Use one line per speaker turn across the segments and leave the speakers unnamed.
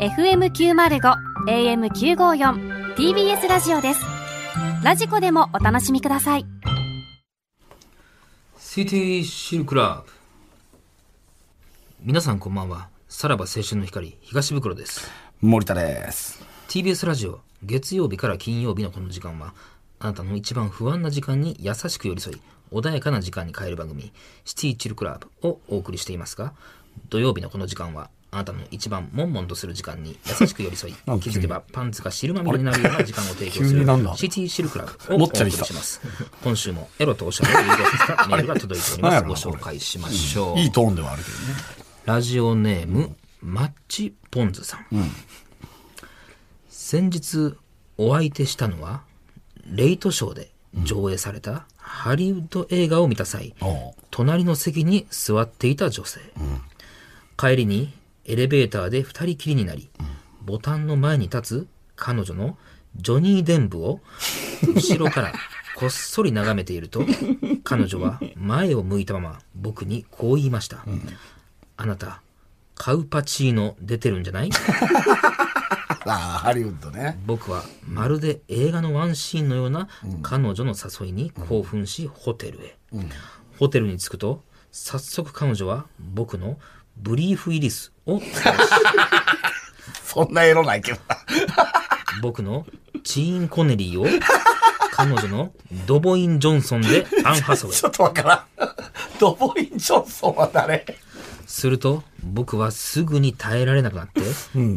FM905 AM954 TBS ラジオですラジコでもお楽しみください
シティシルクラブ皆さんこんばんはさらば青春の光東袋です
森田です。
TBS ラジオ月曜日から金曜日のこの時間はあなたの一番不安な時間に優しく寄り添い穏やかな時間に変える番組「シティチルクラブ」をお送りしていますが土曜日のこの時間はあなたの一番悶々とする時間に優しく寄り添 い
なんか
気
急に
づけばパンツが汁まみれになるような時間を提供す
急
る
になんだ
シティシルクラ ブをお
もっち
送
ゃ
り
りした
します今週もエロとおしゃれを融合 させたメールが届いておりま
なんや
す
ろ
ご
なこれ
紹介しましょう、
いいトーンではあるけどね。
ラジオネーム、マッチポンズさん、先日お相手したのはレイトショーで上映されたハリウッド映画を見た際、
おう
隣の席に座っていた女性、帰りにエレベーターで二人きりになり、ボタンの前に立つ彼女のジョニー・デンブを後ろからこっそり眺めていると彼女は前を向いたまま僕にこう言いました、あなたカウパチーノ出てるんじゃない
ああ、ハリウッドね。
僕はまるで映画のワンシーンのような彼女の誘いに興奮し、ホテルへ、ホテルに着くと早速彼女は僕のブリーフイリス を
そんなエロないけどな。
僕のチーン・コネリーを彼女のドボイン・ジョンソンでアン・ハソウェイ
ちょっとわからん。 ドボイン・ジョンソンは誰
すると僕はすぐに耐えられなくなって、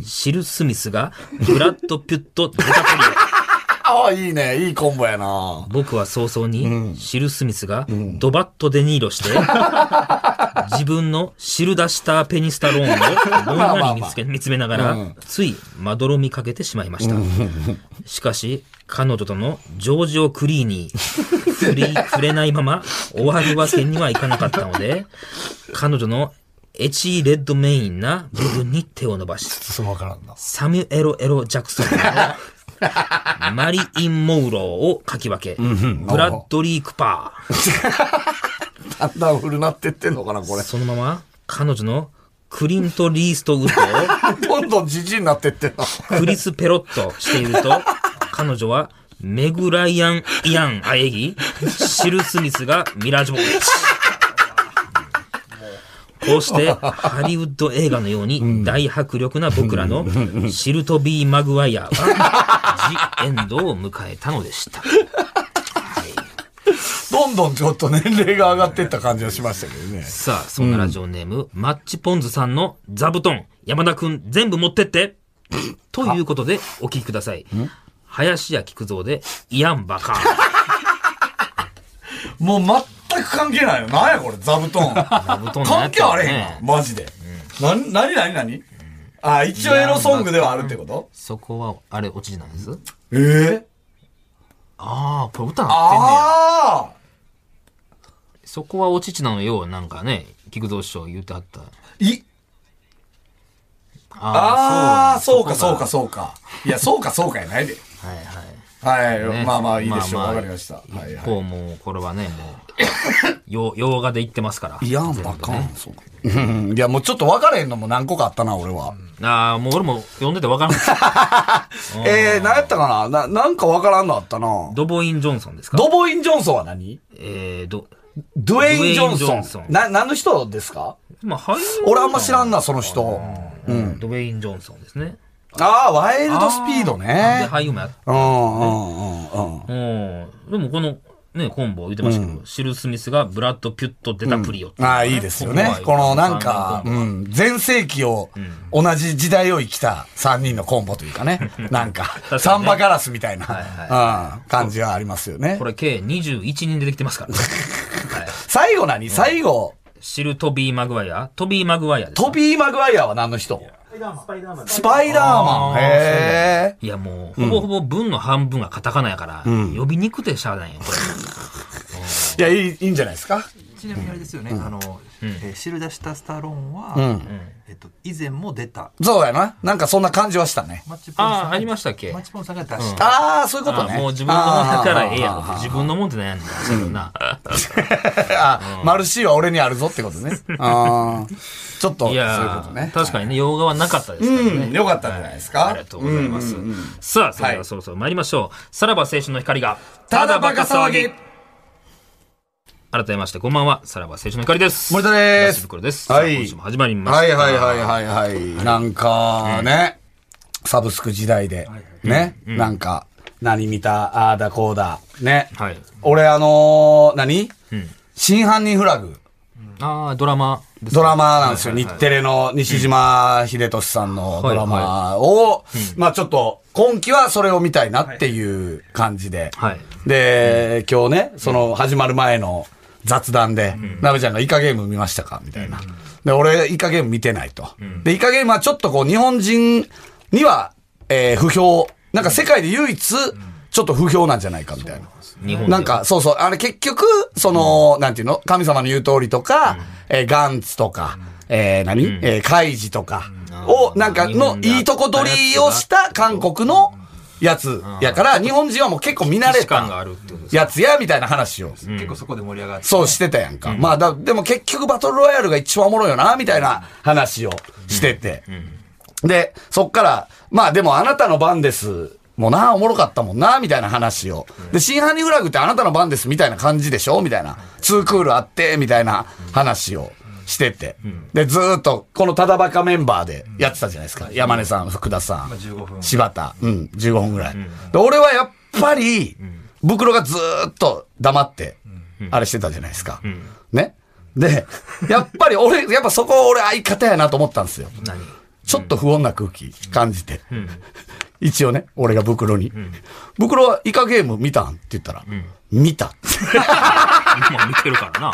シル・スミスがブラッド・ピュット・ディカプリオ
ああ、いいね。いいコンボやな。
僕は早々にシル・スミスがドバッとデ・ニーロして、自分のシルダシター・ペニスタローンをぼんやり見つけ見つめながら、ついまどろみかけてしまいました。しかし、彼女とのジョージオ・クリーニー、振り触れないまま終わるわけにはいかなかったので、彼女のエチー・レッドメインな部分に手を伸ばし、
そのわからんな。
サミュエロ・エロ・ジャクソン のマリイン・モウローをかき分け、ブラッドリー・クパ
だんだん古なってってんのかな、こ
ー、
れ。
そのまま彼女のクリント・リーストウッド
どんどんじじいになってってんの。
をクリス・ペロッとしていると、彼女はメグ・ライアン・イアン・アエギ、シル・スミスがミラ・ジョボビッチ。こうして、ハリウッド映画のように大迫力な僕らのシルトビー・マグワ イアは、ジ・エンドを迎えたのでした。
どんどんちょっと年齢が上がってった感じはしましたけどね。
さあ、そんなラジオネーム、マッチポンズさんの座布団、山田くん全部持ってってということで、お聞きください。林家菊蔵で、イアンバカーン。
もう全く関係ないよ。なんやこれ、座布 団。
布団のや
関
つ
係
だ
あ
ね
れへんわマジで。な、なになになにああ、一応エロソングではあるってこと
そこは、あれ、オチじゃないです
ええ
ああ、これ歌なってんねや。
ああ
そこはオチチなのよ、なんかね、菊蔵師匠言ってはった。
い、ああ、そうか、そうか、そうか。いや、そうか、そうかやないで。
う。はいはい。
はい、
ね
まあまあ、いいでしょう。
まあまあ
わかりました。はい
一
は
方もう、これはね、も う、よ洋画で言ってますから。
い。いや、バカん、そうか。いや、もうちょっと分かれへんのも何個かあったな、俺は。
ああ、もう俺も読んでてわからん。
えー、何やったかなな、なんか分からんのあったな。
ドボイン・ジョンソンですか
ドボイン・ジョンソンは何
えー、ど、
ドゥエイン・ジョ
ドゥエイン
ン
ジョン
ソ
ソン
ン。な、何の人ですか
まあ、俳優
俺あんま知らんな、その人。
うん。ドウェイン・ジョンソンですね。
ああ、ワイルドスピード
で、
ね。
俳優もやっ
うん、うん、うん、うん。
うん。でも、この、ね、コンボ言ってましたけど、シル・スミスがブラッド・ピュット・デタプリオってうの
あ
が
あ、
ね
いいですよね。このなんか、
う
うんん、前世紀を、同じ時代を生きた3人のコンボというか ね、なんか、
ね
サンバガラスみたい
い
な、うん感じはありますよね
こ。れ、計21人出てきてます から。はい
最後何最後、
シル・トビー・マグワイアトビー・マグワイアですか。
トビー・マグワイアは何の人スパイダーマン。へえ。
いや、もう、ほぼほぼ文の半分がカタカナやから、呼びにくてしゃあないよ、これ。
いや、いい、いいんじゃないですか。
ちなみにあれですよね、あの、えーシルダシタ・スタローンは、えっと、以前も出た、
そうやな。なんかそんな感じはしたね。
マッチポン
あ
さ
あ、
ん
ありましたっけ
マッチポンさんが出した。
ああ、そういうこと
あ
ね。
ーもう自分のもんだからええやろ
あー。
自分のもんってなんやねんから。そうやろな。
あ、マルシーは俺にあるぞってことね。あーちちょっと、そう
い
いう
や
こ
ー、
とね。
確かにね、洋画はなかったですからね。
うんよかったんじゃないですか
はありがとうございます。さあ、それではそろそろ参りましょう。さらば青春の光が、
ただバカ騒ぎ
改めまして、こんばんは。さらば青春の光です。
森田です
東袋です。
は
はいい。今週も始まりました。
はいはいはいはいはい。なんかね、サブスク時代で、ね、なんか、何見た、ああだこうだ、ね。
はい
俺あのー、何真犯人フラグ。
ああ、ドラマですか
ドラマなんですよ。日テレの西島秀俊さんのドラマを、まあちょっと、今期はそれを見たいなっていう感じで。
はい
で、今日ね、その始まる前の雑談で、なべちゃんがイカゲーム見ましたかみたいな。で、俺、イカゲーム見てないと。で、イカゲームはちょっとこう、日本人には、えー不評。なんか世界で唯一、ちょっと不評なんじゃないかみたいな。
日本で
なんか、そうそう。あれ結局、その、なんていうの神様の言う通りとか、えーガンツとか、えー何、えーカイジとかを、なんか
日
の
本、で
いいとこ取りをした韓国のやつやから、日本人はもう結構見慣れ
期間があ
た
るってことです。
やつや、みたいな話を。
結構そこで盛り上がって
そうしてたやんか。まあだ、でも結局バトルロイヤルが一番おもろいよな、みたいな話をしてて。で、そっから、まあでもあなたの番です。もうな、おもろかったもんな、みたいな話を。で、真犯人フラグってあなたの番です、みたいな感じでしょみたいな。ツークールあって、みたいな話をしてて。で、ずーっと、このただバカメンバーでやってたじゃないですか。山根さん、福田さん、
15分
柴田、うん、15分ぐらい。で、俺はやっぱり、袋がずーっと黙って、あれしてたじゃないですか。ね。で、やっぱり俺、やっぱそこ俺相方やなと思ったんですよ。
何
ちょっと不穏な空気感じて。一応ね、俺が袋に。袋はイカゲーム見たんって言ったら、見た。
まあ見てるからな。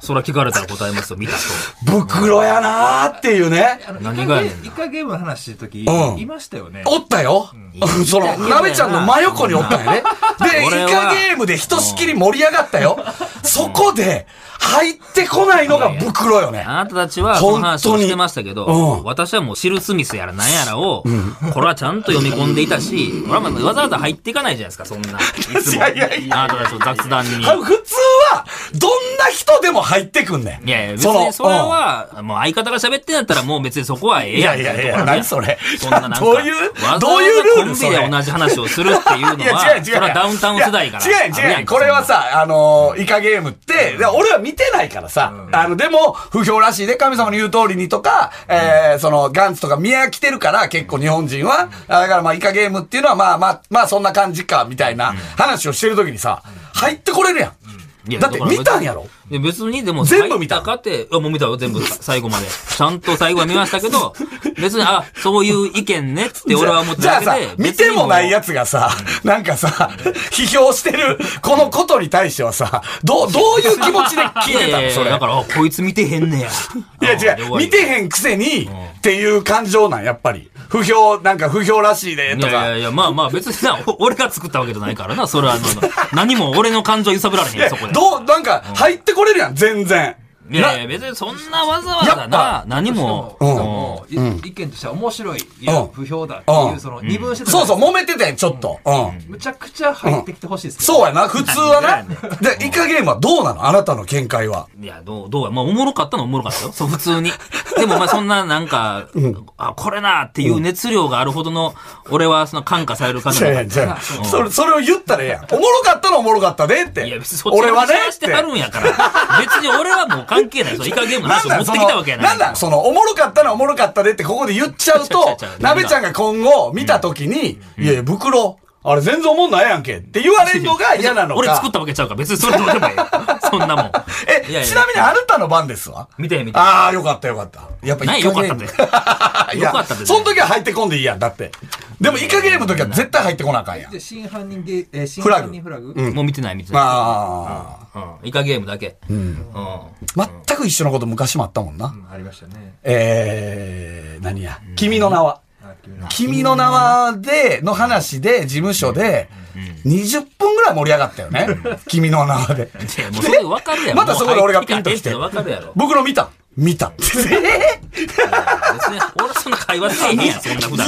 そら聞かれたら答えますよ、見たと。
袋やなーっていうね。
あの
何がやねん
イカゲイカゲームの話してる時、
うん
いましたよね
おったよ。 その、なべちゃんの真横におったんやね。で、イ
俺は
カゲームでひとしきり盛り上がったよ。そこで、入ってこないのが袋よね。
あなたたちはその話をしてましたけど、
本当にうん
私はもうシル・スミスやらなんやらを、これはちゃんと読み込んでいたし、俺はまあわざわざ入っていかないじゃないですか、そんな。いつ
い
も。
やいやい
あなたたちの雑談に。
あ普通は、どんな人でも入ってくんねん。
いやいや、別にそれは、もう相方が喋ってんやったらもう別にそこはええ
い
や
や
ん。
いやい
とこ
や、
ろね
何それ。
そんななんか、
どういう
わ、ざ
ど
わ
う
ざ
いうルー
コ
ル
ン
そ
ビで
れ
同じ話をするっていうの
いや
は、
違う違う。
それはダウンタウン世代から。
いや違う違う。これはさ、あのー、イカゲームって、で俺は見てないからさ、あの、でも、不評らしいで、神様の言う通りにとか、えーその、ガンツとか見飽きてるから、結構日本人は、あだからまあ、イカゲームっていうのは、まあまあ、まあ、そんな感じか、みたいな話をしてる時にさ、入ってこれるや
い
ん。だって、
から
見たんやろ
いや別にでも
全部見た
入っかって、あもう見たよ、全部、最後まで。ちゃんと最後は見ましたけど、別に、あ、そういう意見ねって俺は思って
じゃ
ただ
あ
け
さ
で、。
見てもないや
つ。
つがさ、なんかさ、 批評してる、このことに対してはさ、どう、どういう気持ちで
い
聞い
や
て
い
た
や
の
い
そ
や、
れ。
だから、あ、こいつ見てへんねや。
いや
あ
違う、見てへんくせに、っていう感情なん、やっぱり。不評、なんか不評らしいで、
い
と
やい
か。
やいや、まあまあ別 にな、お俺が作ったわけじゃないからな、それはあの、何も俺の感情揺さぶられへん、そこで。
どう、なんか、入ってこれるやん、全然。
いやいや、別にそんなわざわ
や
ざ
っぱ
な、何も
も、うもうい意見としては面白い、いや
うん
不評だっていううんその二分してた
そうそう、揉めてたやん、ちょっと。うん。
むちゃくちゃ入ってきてほしいですけど
そうやな、普通はな。で、イカゲームはどうなのあなたの見解は。
いや、どう、どうや、まあ、おもろかったのはおもろかったよ。そう、普通に。でも、まあ、そんな、なんか、あ、これなっていう熱量があるほどの、俺は、その、感化される感じ
じ
だっ
ゃあ
た
やじゃあそれ、それを言ったらええやん。おもろかったのおもろかったでって。
いや、別にそっち
俺はね
話
っ
してて。はるんやから。別に俺はもう関係ない。そのイカゲームの話を持ってきたわけやない。
なんだ、その、おもろかったらおもろかったでってここで言っちゃうと
違う違う違、う
なべちゃんが今後見たときに、いやいや、袋、あれ全然おもんないやんけって言われるのが嫌なのか。
俺作ったわけちゃうから、別にそれどうでもいいよ。そんなもん。
え、
いやいや
ちなみにあなたの番ですわ。
見て見て。
ああ、よかったよかった。やっぱ
ない
イカゲーム
よか
いや
よかったです
その時は入ってこんでいいやん、だって。でもイカゲームの時は絶対入ってこなあかんやん。
で真犯人ゲーえー真
フラグ
犯人フラグ
もう見てない、見てない。
まあ、
うん。イカゲームだけ。うん。
全く一緒のこと昔もあったもんな。
うんありましたね
えー、何や。君の名は。
あ君の
君の名はで、の話で、事務所で、20分ぐらい盛り上がったよね。君の名はで。
いやもうそれ分かるやん。
またそこで俺が
もう入って
ピンときて
んの分かるやろ。
僕の見た。見た。
別に、俺はそんな会話せえへん やん、そんな普段か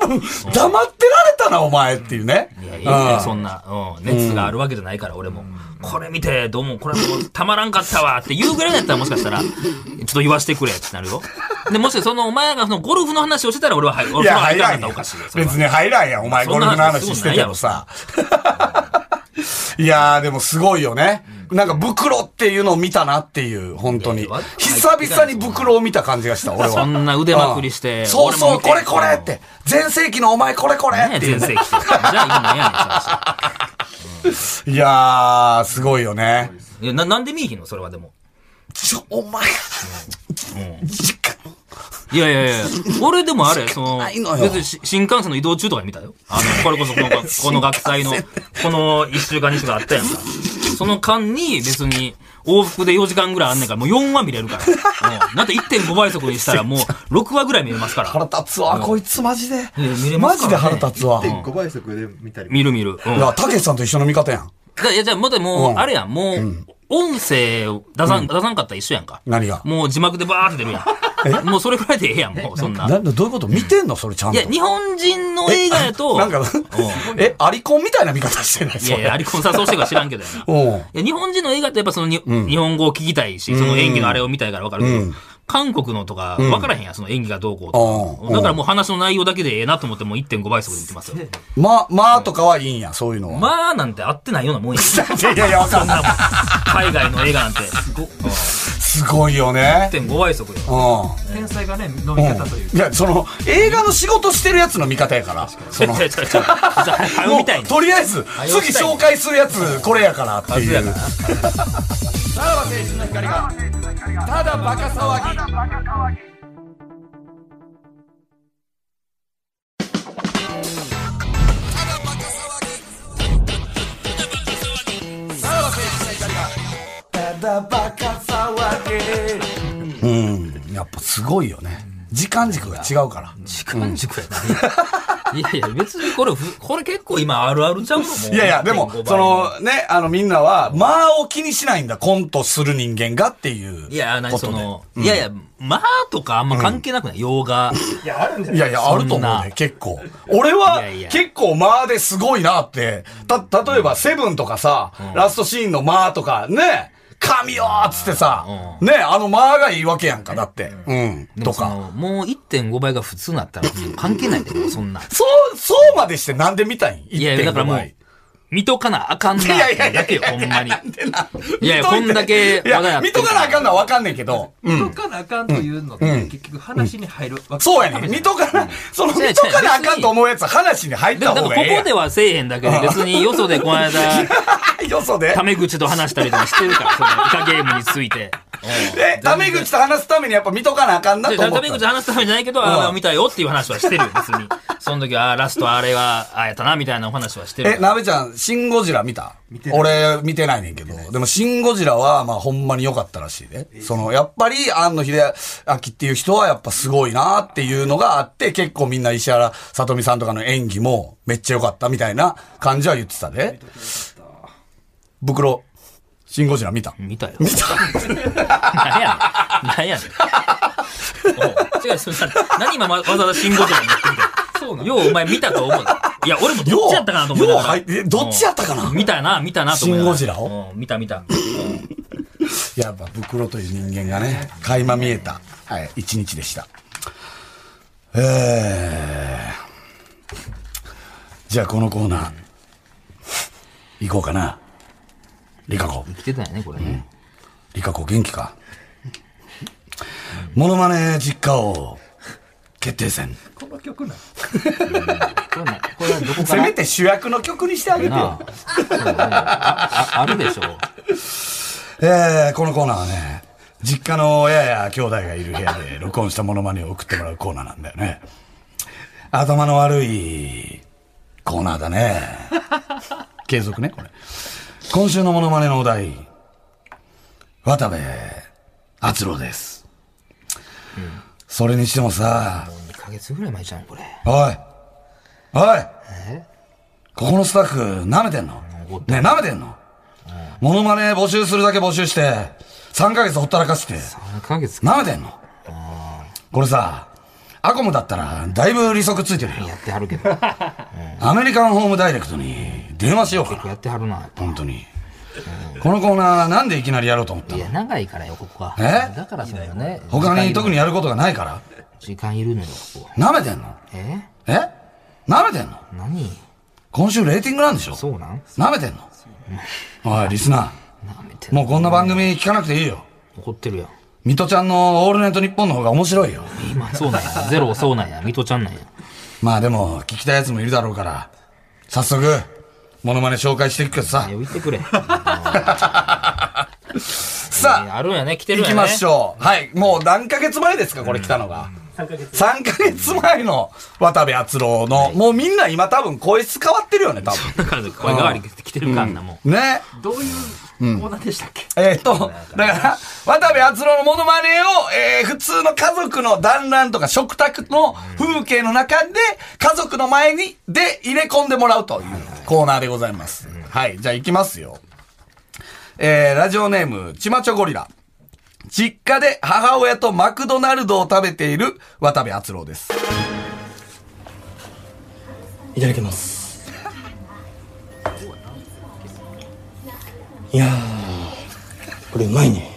ら。
20分、黙ってられたな、お前っていうね。
いや、いいうね
ん、
そんな、うん、熱があるわけじゃないから、俺も。これ見て、どうも、これもうたまらんかったわって言うぐらいだったら、もしかしたら、ちょっと言わしてくれってなるよ。で、もしその、お前がそのゴルフの話をしてたら、俺は、はい、俺
い
は
や、
入
入
らなんかった
らや
ら
ん
おかしいよ。それは
別に入らんやん。お前、
そ
ゴ
ん
ル
な
フの
話
話しててもさ。 いやー、でもすごいよね。なんか、袋っていうのを見たなっていう、本当
い
に
やいや。
久々に袋を見た感じがした、俺は。
そんな腕まくりして
うんそう
俺も
そう、
見て
これこれって。全盛期のお前、これこれ
ね
って
全
いう。
盛期。じゃあ、今なんやねん、その話
いやー、すごいよね。
いやな、なんで見えへんのそれはでも。
ちょ、お前、時間。
いやいやいや、 俺でもあれ、その、
ないのよ
別にし新幹線の移動中とかに見たよ。あの、これこそこの この学祭の、この一週間二週間あったやんか。その間に別に、往復で4時間ぐらいあんねんから、もう4話見れ るから。うんだって1.5倍速にしたらもう6話ぐらい見れますから。
腹立つわ、こいつマジで
見れ。ま
マ
すか
ジ
らね
で腹立つわ。い
5倍速で見たり
見る見る。うん。
や、たけしさんと一緒の見方やん。
だいや、じゃあ、まだもう、
うん
あれやん、もう、音声を出さん、出さんかったら一緒やんか。
何が
もう字幕でバーって出るやん。もうそれぐらいでええやん、もう、そんな。
なんだ、どういうこと見てんのそれちゃん
い
と。
や、日本人の映画やと、
なんか、 え、アリコンみたいな見方してない
い
そ
やいや、アリ
れ。
コンさんそうしてるか知らんけどやな。
おう
いや日本人の映画ってやっぱそのに、日本語を聞きたいし、その演技のあれを見たいからわかるけど、韓国のとかわからへんやん、その演技がどうこうと
う
か。
ん
だからもう話の内容だけでええなと思ってもう1.5倍速で見てますよ。
ま、まあとかはいいんや、そういうのは。
まあなんて合ってないようなもんやん。そん
いやいやいや、わかんない。
なもん。海外の映画なんて。
すごいよね。
1.5倍速よ。
うん。
天才がね飲み方という
いや、その、映画の仕事してるやつの見方やから。その
違う違う違う。じゃあ、早
も、
みたいうに。
とりあえず、次紹介するやつ、これやからっていう。さらば青春の光が、ただバカ騒ぎ。うん、やっぱすごいよね。時間軸が違うから。
時間軸やな。いやいや、別にこれふ、これ結構今あるあるちゃうのもう
いやいや、でも
1.5、
そ
倍
のね、あのみんなは、間を気にしないんだ、コントする人間がっていう。
いや、何
こ
そ
とで
の、いやいや、まあとかあんま関係なくない、洋画。
いやあるんじゃ
い
ない
やいや、あると
そん
思う
な
ね、結構。俺はい
やいや、
結構間ですごいなって。た、例えば、セブンとかさ、ラストシーンの間とか、ね、神よーっつってさ、ね、あの間がいいわけやんか、だって。うん、
で
と
もそ
か。
のもう1.5倍が普通なったら関係ないで、もうそんな。
そう、そうまでしてなんで見たいん
いやいや、だからもう
?1.5、
見とかなあかんな。
いやいやいや
だけよ、ほんまに。
倍。でな。
いやいや
見とて
こんだけ話
い
題にな
や、
って
見
る
とかなあかんのはわかんねんけど。うん
見とかなあかんというのって結局話に入るわけ
そうやねん。見とかな、その、
違う違う
見とかなあかんと思うやつは話に入っ
でも
た
だ
方
か
が
ら
ええ
こ
や
こではせえへんだけで、別によそでこの 間、
ん。よそで
タ。メ口と話したりとかしてるから、そのイカゲームにつ いて。
え、タメ口と話すためにやっぱ見とかなあかんな
で
と思
タ
っ
メ
た
口。話すためじゃないけど、ああ、見たよっていう話はしてるよ、別に。その時は、ああ、ラストあれは、ああやったな、みたいなお話はしてる
え、
から。
なべちゃん、シン・ゴジラ見た
てない
俺、見てないねんけど。でも、シン・ゴジラは、まあ、ほんまに良かったらしいね。その、やっぱり、庵野秀明っていう人は、やっぱすごいなっていうのがあって、結構みんな石原さとみさんとかの演技も、めっちゃ良かったみたいな感じは言ってたで。袋、シン・ゴジラ見た
見たよ。見た何やねん。何やねん。おう違う、そんな、何今わざわざ新ゴジラに言ってみた
そうなの
ようお前見たと思う。いや、俺もどっちやったかなと思いながら
ようようはいえどっちやったかな
うん見たな、見たなと思いながら。
シンゴジラを
うん見た見た。
やっぱ袋という人間がね、垣間見えた、はい、一日でした。えー、じゃあこのコーナー、行こうかな。リカ子、
来てたよね、これね。
リカ子元気かモノマネ実家王決定戦。
この曲な
これなこれはどこか
せ
ら
めて主役の曲にしてあげて
な
よ
あ。そうねあああるでしょ。
えー、このコーナーはね、実家の親や兄弟がいる部屋で録音したモノマネを送ってもらうコーナーなんだよね。頭の悪いコーナーだね。継続ね、これ。今週のモノマネのお題、渡部篤郎です。それにしてもさ、
2ヶ月ぐらい前じゃん、これ。
おいおいここのスタッフ、舐めてんのねえ舐めてんのモノマネ募集するだけ募集して、3ヶ月ほったらかして、
3ヶ月
舐めてんの。これさ、アコムだったら、だいぶ利息ついてるよ。
やってはるけ ど。
アメリカンホームダイレクトに電話しようかな。
やってはるな。
本当に。このコーナー、なんでいきなりやろうと思った
い
の
や、長いからよ、ここは。
え
だからだよね。
他に特にやることがないから
時間いるのよ、ここ。
舐めてんの
え
え舐めてんの
何
今週レーティングなんでしょ
そうなん
舐めてんのおい、リスナ
なめて
ー。もうこんな番組聞かなくていいよ。
怒ってるやん。
ミトちゃんのオールナイトニッポンの方が面白いよ。
今、そうなんや。 ゼロそうなんや。ミトちゃんなんや。
まあでも、聞きたいやつもいるだろうから、早速、モノマネ紹介していくけどさ
いや、。置いてく れ。
さあ、
あるんやね、来てるん
行
や
き
ね。
ましょう。はい。もう何ヶ月前ですか、これ来たのが。3ヶ月前の渡部篤郎の、もうみんな今多分声質変わってるよね、多分。
だから声変わり来てるからな、も。
ね。
どういうコーナーでしたっけ、
えっ、と、だから、渡部篤郎のモノマネを、えー普通の家族の団らんとか食卓の風景の中で、家族の前に、で入れ込んでもらうというコーナーでございます。はい、じゃあ行きますよ。えーラジオネーム、ちまちょゴリラ。実家で母親とマクドナルドを食べている渡部篤郎です。
いただきますいやーこれうまいね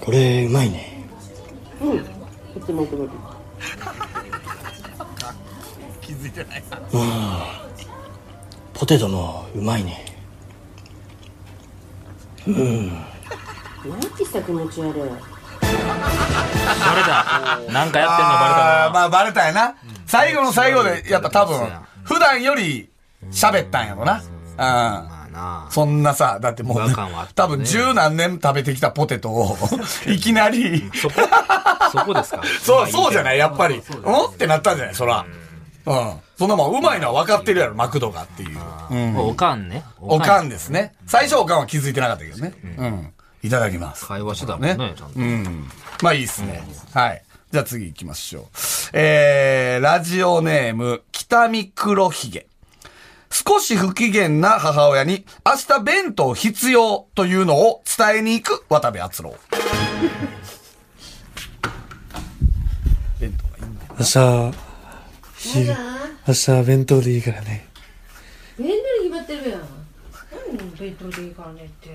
これうまいねうん気づいてないうんポテトもうまいね
なんてした気持ち悪いう
バレた。なんかやってんの
あー
バ
まあ、バレたやな。最後の最後で、やっぱ多分
そうや、
普段より喋ったんやろな。うん。
レたな。まあな。
そんなさ、だってもう、
違和感はあった
多
ね
分十何年食べてきたポテトを、いきなり、
そこ、そこ ですか。。
そう、そうじゃないい、やっぱり。おってなったんじゃない、そら。うん。そんなもん、うまいのは分かってるやろ、マクドがっていう。うん。
おかんね。
おか
ん。
んですね。最初おかんは気づいてなかったけどね。うん。いただきます。
会話してたもん
ね
ね、ちゃんと。
うん。まあいいっすね。はい。じゃあ次行きましょう。えー、ラジオネーム、北見黒ひげ。少し不機嫌な母親に、明日弁当必要というのを伝えに行く渡部篤郎。
明日昼明日弁当でいいからね
弁当に決まってるやん何弁当でいいからねって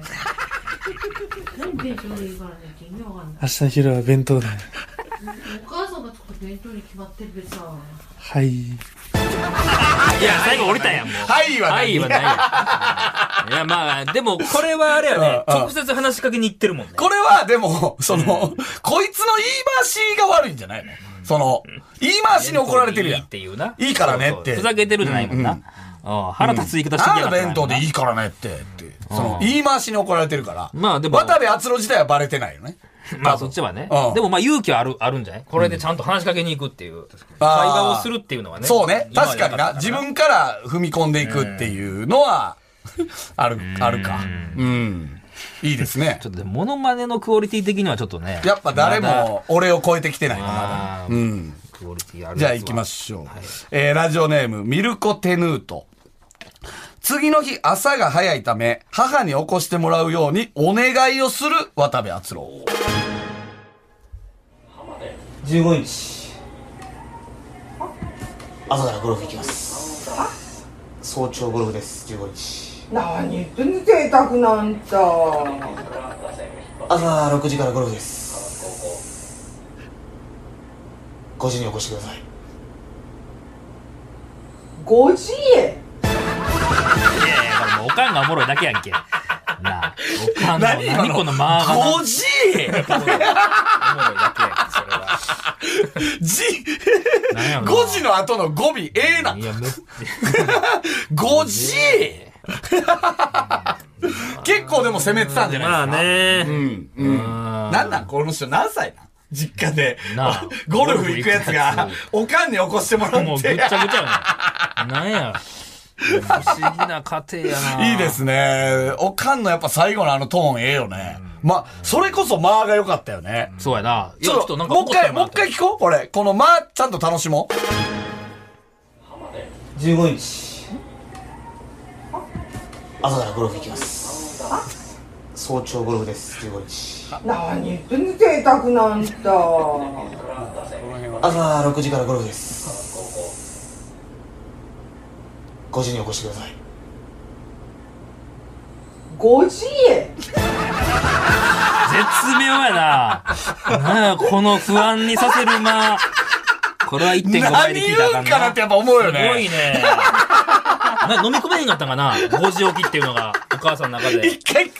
何弁当でいいからねって意味わかんない
明日昼は弁当だね
お母さんが作る弁当に決まってるべさ
はい
いや、最後降りたやん、もう。
はいは
は
ないい。
はないやん。いや、まあ、でも、これはあれやね、
うんうん
直接話しかけに行ってるもんね。
これはでも、その、こいつの言い回しが悪いんじゃないのその、言い回しに怒られてるや
いいっ
ん。
ていうな。
いいからねって
そうそうふざけてるじゃないもんな。ああ腹立つ言い方してき
あ
やが
の
ったな
弁当でいいからねって、って。その、言い回しに怒られてるから。
まあでも
渡部篤郎自体はバレてないよね。
まあそっちはね
うん。
でもまあ勇気はある、あるんじゃないこれでちゃんと話しかけに行くっていう。会
あー
話をするっていうのはね。
そうね。確かに
今ま
な。
で
自分から踏み込んでいくっていうの は、ある、あるか。うん。いいですね
ちょ。っとでもモノマネのクオリティ的にはちょっとね。
やっぱ誰
まだ。
も俺を超えてきてないなまだ。
あークオリティあるやつは
じゃあ行きましょう。えーラジオネーム、ミルコ・テヌート。次の日朝が早いため、母に起こしてもらうようにお願いをする渡部篤郎。
15日朝からゴルフ行きます早朝ゴルフです15日
何言ってんの贅沢なんた。
朝6時からゴルフです5時に起こしてください
5時へ
いやいやだからもうおかんがおもろいだけやんけ。なあ、おかんの
何今
何
の
この間がな。おもろい
?5G!
だけやんけ、それ は。
G!
何やろな
5時の後の語尾、ええな。
いや、めっち
5時 結構でも攻めてたんじゃ
ま
な
あ
いですか。
ね。
うん、うん。なんなんこの人何歳なん実家で
なあ、
ゴルフ行くやつ
ゴル
が
フ行くや、
おかんに起こしてもら
もう
っ
ぐっちゃ
て
ぐち。ゃやな。なんや。不思議な家庭やな。
いいで。すね。おかんのやっぱ最後のあのトーンええよね。ま、それこそ間が良かったよね。
そうやな。い
ち
や
ょっと、もう一回、もう
なんか怒ってもら
一。回聞こうこれ。この間、ちゃんと楽しもう。
15日朝からゴルフ行きます早朝ゴルフです15日
何言ってんの贅沢なんだ
朝6時からゴルフです5時に起こしてください
5時へ
絶妙やな。なあ、この不安にさせる間。これは1.5倍
何
で
言
聞いたら
う
あ
んかな
か
っ
んな。
てやっぱ思うよ
すごい
ね。
ね。な飲み込めへんかったんかな ?5 時起きっていうのが、お母さんの中で。
一回、一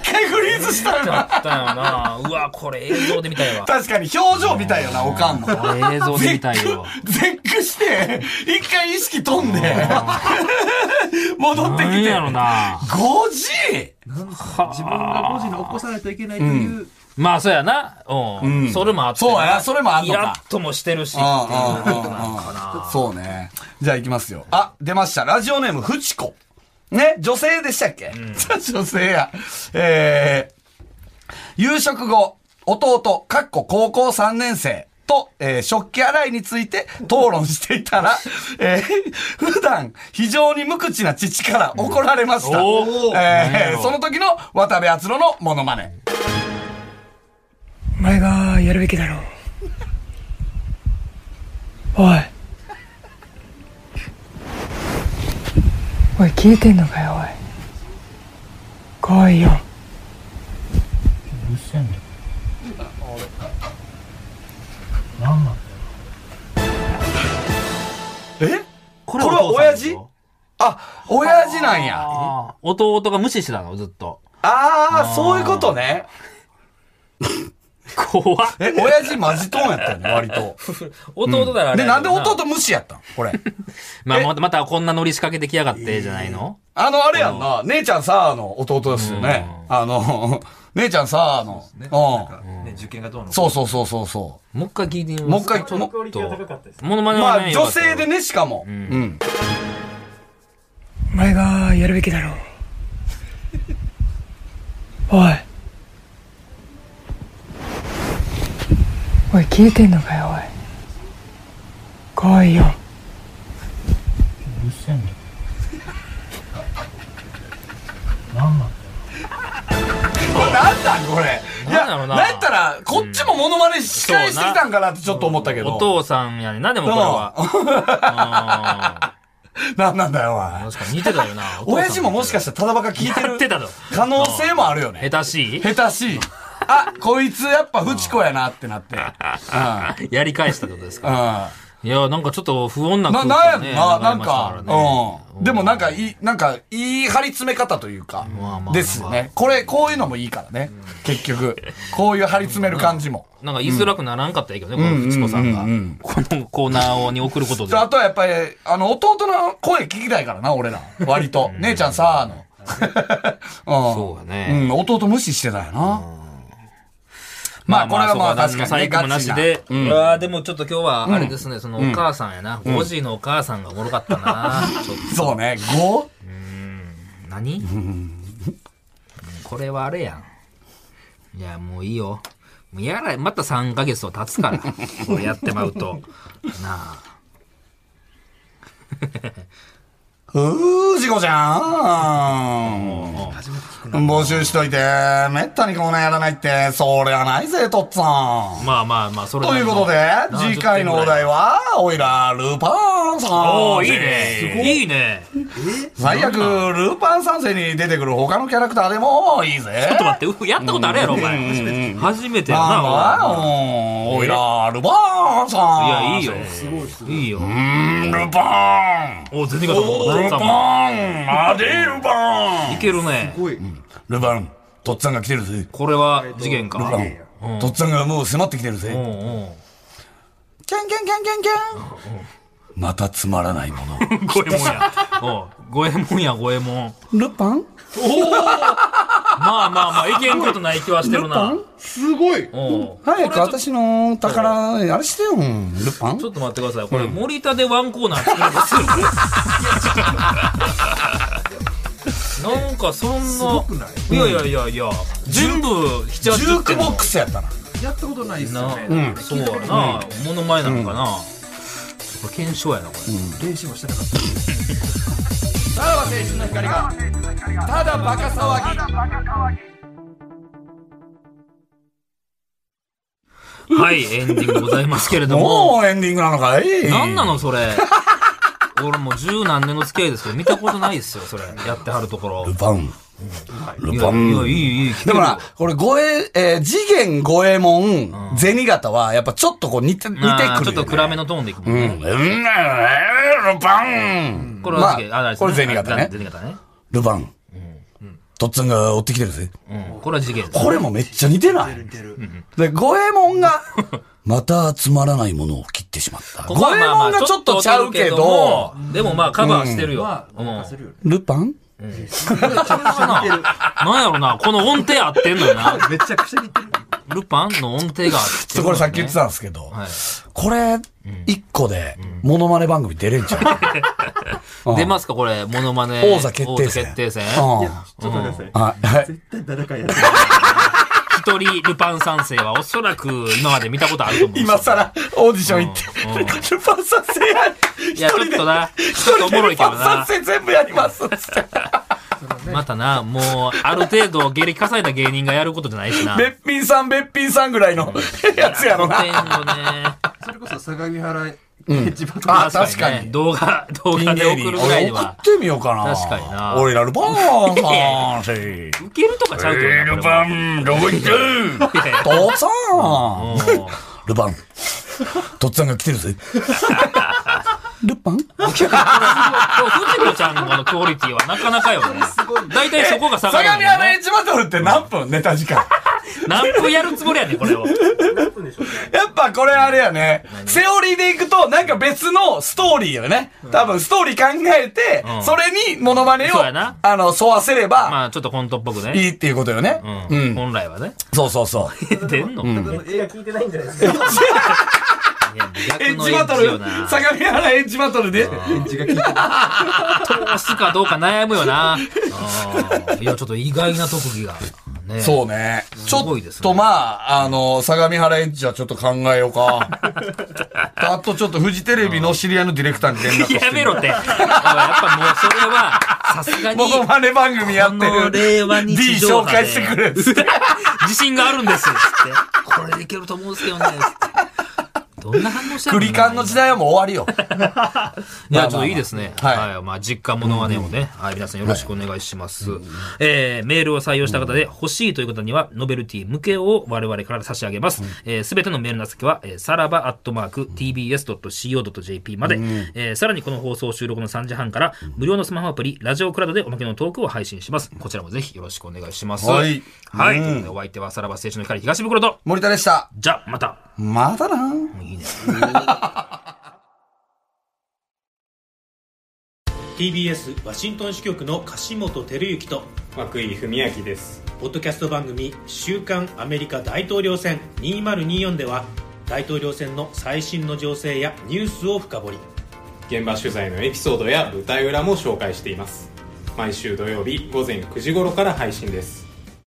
回フリーズしたよ
あ
な。
ったよな。うわ、これ映像で見たい わ。
確かに表情みたいよな、おかんも。
これ映像で見たいよ。
絶句して、一回意識飛んで、戻って
何
きて
や。ろな。
5時
自分が5時に起こさないといけないという、
まあ、そうやな。うん。それもあって。
そうやな、それもあん
イ
の
ラ
か。
ッともしてるし。
うんうんうんうんそうね。じゃあ行きますよ。あ、出ました。ラジオネーム、フチコ。ね、女性でしたっけ、 女性や。えー、夕食後、弟、かっこ高校3年生。と、えー食器洗いについて討論していたら、 えー普段非常に無口な父から怒られました。
おー何や
えー
ろ
その時の渡部篤郎のモノマネ。
お前がやるべきだろう。おい。おい、聞いてんのかよ、おい。来いよ。
え
こ
れは親父
お父
あ、親父なんや。
さんのあー弟が無視してたの、ずっと。
ああ、そういうことね。
怖っ。
え、親父マジトーンやったよね、割 と。
弟だらあれや
で、な
け
んで
ど
弟無視やったんこれ。
まあ、またまたこんなノリ仕掛けてきやがって、じゃないの、
あの、あれやんな、姉ちゃんさあの弟ですよね。あの、 姉ちゃんさあの。
ね
う
なんかね、受験がどうの
ん。そうそうそうそうそ
もう一回聞いてみ
う。
ま
もう
す
一回、
ちょ
も
っと。ものまね
ま
は
あ、
ね
女性で。ね、しかも。うんん。
お前がやるべきだろう。おい。おい、聞いてんのかよ、おい。来いよ。
これなんだこれ。い
なんだろ
や、
うな
なんやったら、こっちもモノマネし返してきたんかなってちょっと思ったけど。
お父さんやねんな、でもこれは。
なんなんだよ、お
うん
前。
確かに似てたよな。
親父ももしか
し
したらただバカ聞い
や
て
って
る
たと。
可能性もあるよね。
下手しい
下手しい。あ、こいつやっぱフチコやなってなって。うん。
やり返したってことですか。
う。
いや、なんかちょっと不穏なん
な、
空
な
気が
ん
ね
やろな、なん
流れまし
か
たらね、
うん。でもなんか、いい、なんか、いい張り詰め方というか
まあま、あ
ですよね。これ、こういうのもいいからね。結局。こういう張り詰める感じも。
なんか言いづらくならんかったらいいけどね、このフチコさんが
うんうんうん。
このコーナーに送ることで。
あとはやっぱり、あの、弟の声聞きたいからな、俺ら。割と。姉ちゃんさ、 あの。
そうや
う
ね。
ん。うん、弟無視してたよな。まあ、これはまあ確かにね、
最後
ガ
もな
ッチ
し
な。
で。
うん
いやーでもちょっと今日は、あれですね、そのお母さんやな。5時のお母さんがおもろかったな。ちょっと
そうね、5?
何これはあれやん。いや、もういいよ。もうやら、また3ヶ月を経つから。これやってまうと。なあ。
うー、事故じゃん。募集しといて、めったにコーナーやらないって、そりゃないぜ、とっつぁん。
まあまあまあ、それ
ということで、次回のお題
は。
は、おいら、ルパンさん。
おおいい。ね。いいね。
最悪、ルパン三世に出てくる他のキャラクターでもいいぜ。
ちょっと待ってうふ、やったことあるやろ、お前。初めて初めてや
なん
な、
だうんおいら、ルパン
お
さん。
前。いや、いいよ。。すごい、すごい。いいよ。
うーん、ルパン。
お全然かと思った
ルパン。あれ、ルパン
い。けるね。
ルパン、とっつぁんが来てるぜ。
これは次元か。
ルパン、とっつぁんがもう迫ってきてるぜ
う。んうん。
キャンキャンキャンキャンキャン。またつまらない もの。
五右衛門や。おう五右衛門や、五右衛門。
ルパン
まあまあまあ、いけんことない気はしてるな。
すごい
おう
早く私の宝、あれしてよ、ルパン
ちょっと待ってください。これ、森田でワンコーナー作るんですよ。なんかそんな。いやいやいやいや。全部、七八
ジュークボック
ス。
スやったな。
やったことないですよ
な
ね、
そうやな。もの前なのかな。これ検証やな、これ。
練習もしてなかった
さらば青春の光がただバカ騒ぎ
はい、エンディングでございますけれども。
もうエンディングなのかい
なんなのそれ。 俺もう十何年の付き合いですけど、見たことないですよ、それ。やってはるところ
ル。パン。ル
い
パ
や、いや、
ン。
いい、いい。
でもな、これ、五え、えー次元五右衛門、銭形は、やっぱちょっとこう似て、似てくる
あ
よね、
ーちょっと暗めのトーンでいくも
うんん。
ね。
うん、ルパン。
これは、
まあ、これ銭形ね。
銭形ね。
ルパン。とっつぁんが追ってきてるぜ。
うん。これは次元。
これもめっちゃ似てない
てる
で、五右衛門が、またつまらないものを切ってしまった。
こ
五
こは
右衛
まあまあ
門がちょっとちゃうけど、、
でもまあカバーしてるよ。
まあ、
うん。
なんかするよね。
ルパン
めちゃくちゃ似てる。
なんやろな、この音程合ってんのよな。
めちゃくちゃ似てる。
ルパンの音程が合って
ちょ
る。
これさっき言ってたんですけ
は
ど、
い。
これ、一個で、モノマネ番組出れんちゃ う。
出ますすかこれ、モノマネ。
王座決定戦。
王座決定戦。
うん
ちょっと待ってください。
はいはい。
絶対誰かやる。
一人ルパン三世はおそらく今まで見たことあると思う。
今さ。ら、オーディション行って、ルパンさんやり、一
いや、ちょ
人
っ
で
と、な、
一
ちょっと
人
おも
で
ろ
ル
いけど
パンさ。
なん
全部やりますっつって。
またな、もう、ある程度、下力重ねた芸人がやることじゃないしな。
べっぴんさん、べっぴんさんぐらいのやつやろな
古。典のね。
それこそ相模原ヘッジバトル
あ
確かにね。動画、動画で送るぐらい
俺
に
送っ
は。
てみようかな。
確かにな
俺らルパンさん、せー
受けるとかちゃうけどな。
ルパン、どこ行ってる父さん
これは。も
ルパン。とっつぁんが来て るぜ。ルパン
う藤子ちゃんのクオリティはなかなかよね。大体そこが下がる
相模
んだよ
原エ
ね
ッジバトルって何分ネタ時間。
何分やるつもりやねん、これを。
やっぱこれあれやね。セオリーでいくと、なんか別のストーリーよね。多分ストーリー考えて
う、ん
それにモノマネを、
そうやな
あの、沿わせれば
まあ、ちょっとコントっぽく
い
ね。
いっていうことよね。
う。
うんん。
本来はね。
そうそうそう。
出んの
エ
逆
ッ
の
ジ
エ
バ
ッ
ト
ジ
ル
よな。
相模原エッジバトルで。
押すかどうか悩むよな。うんいや、ちょっと意外な特技が。ね
そうね。ち
ご
ょ
いで
っ
すね
とまあ、あの、相模原エッジはちょっと考えよ うか。あとちょっとフジテレビの知り合いのディレクターに連絡をしてみる
やめろ って。やっぱもうそれは、さすがに
モ、ノマネ番組やって
この
る。
令和日
D
常
紹
派
介
で
してくれっつって。
自信があるんです。つって。 これでいけると思うんですけどね。つってどんな反応してる
クリカンの時代はもう終わりよ。
いや、ちょっといいですね。
まあまあまあ
はい。まあ、実家ものはねもね、はい、皆さんよろしくお願いします。えー、メールを採用した方で欲しいという方には、ノベルティ向けを我々から差し上げます。えー、すべてのメールの先は、えー、さらばアットマーク tbs.co.jp まで、えー、さらにこの放送収録の3時半から、無料のスマホアプリ、ラジオクラウドでおまけのトークを配信します。こちらもぜひよろしくお願いします。
はい
はい。
うん
ということで、お相手はさらば青春の光東袋と、
森田でした。
じゃあ、また。
またな。
TBS ワシントン支局の樫本照之と
涌井文明です
ポッドキャスト番組「週刊アメリカ大統領選2024」では大統領選の最新の情勢やニュースを深掘り
現場取材のエピソードや舞台裏も紹介しています毎週土曜日午前9時頃から配信です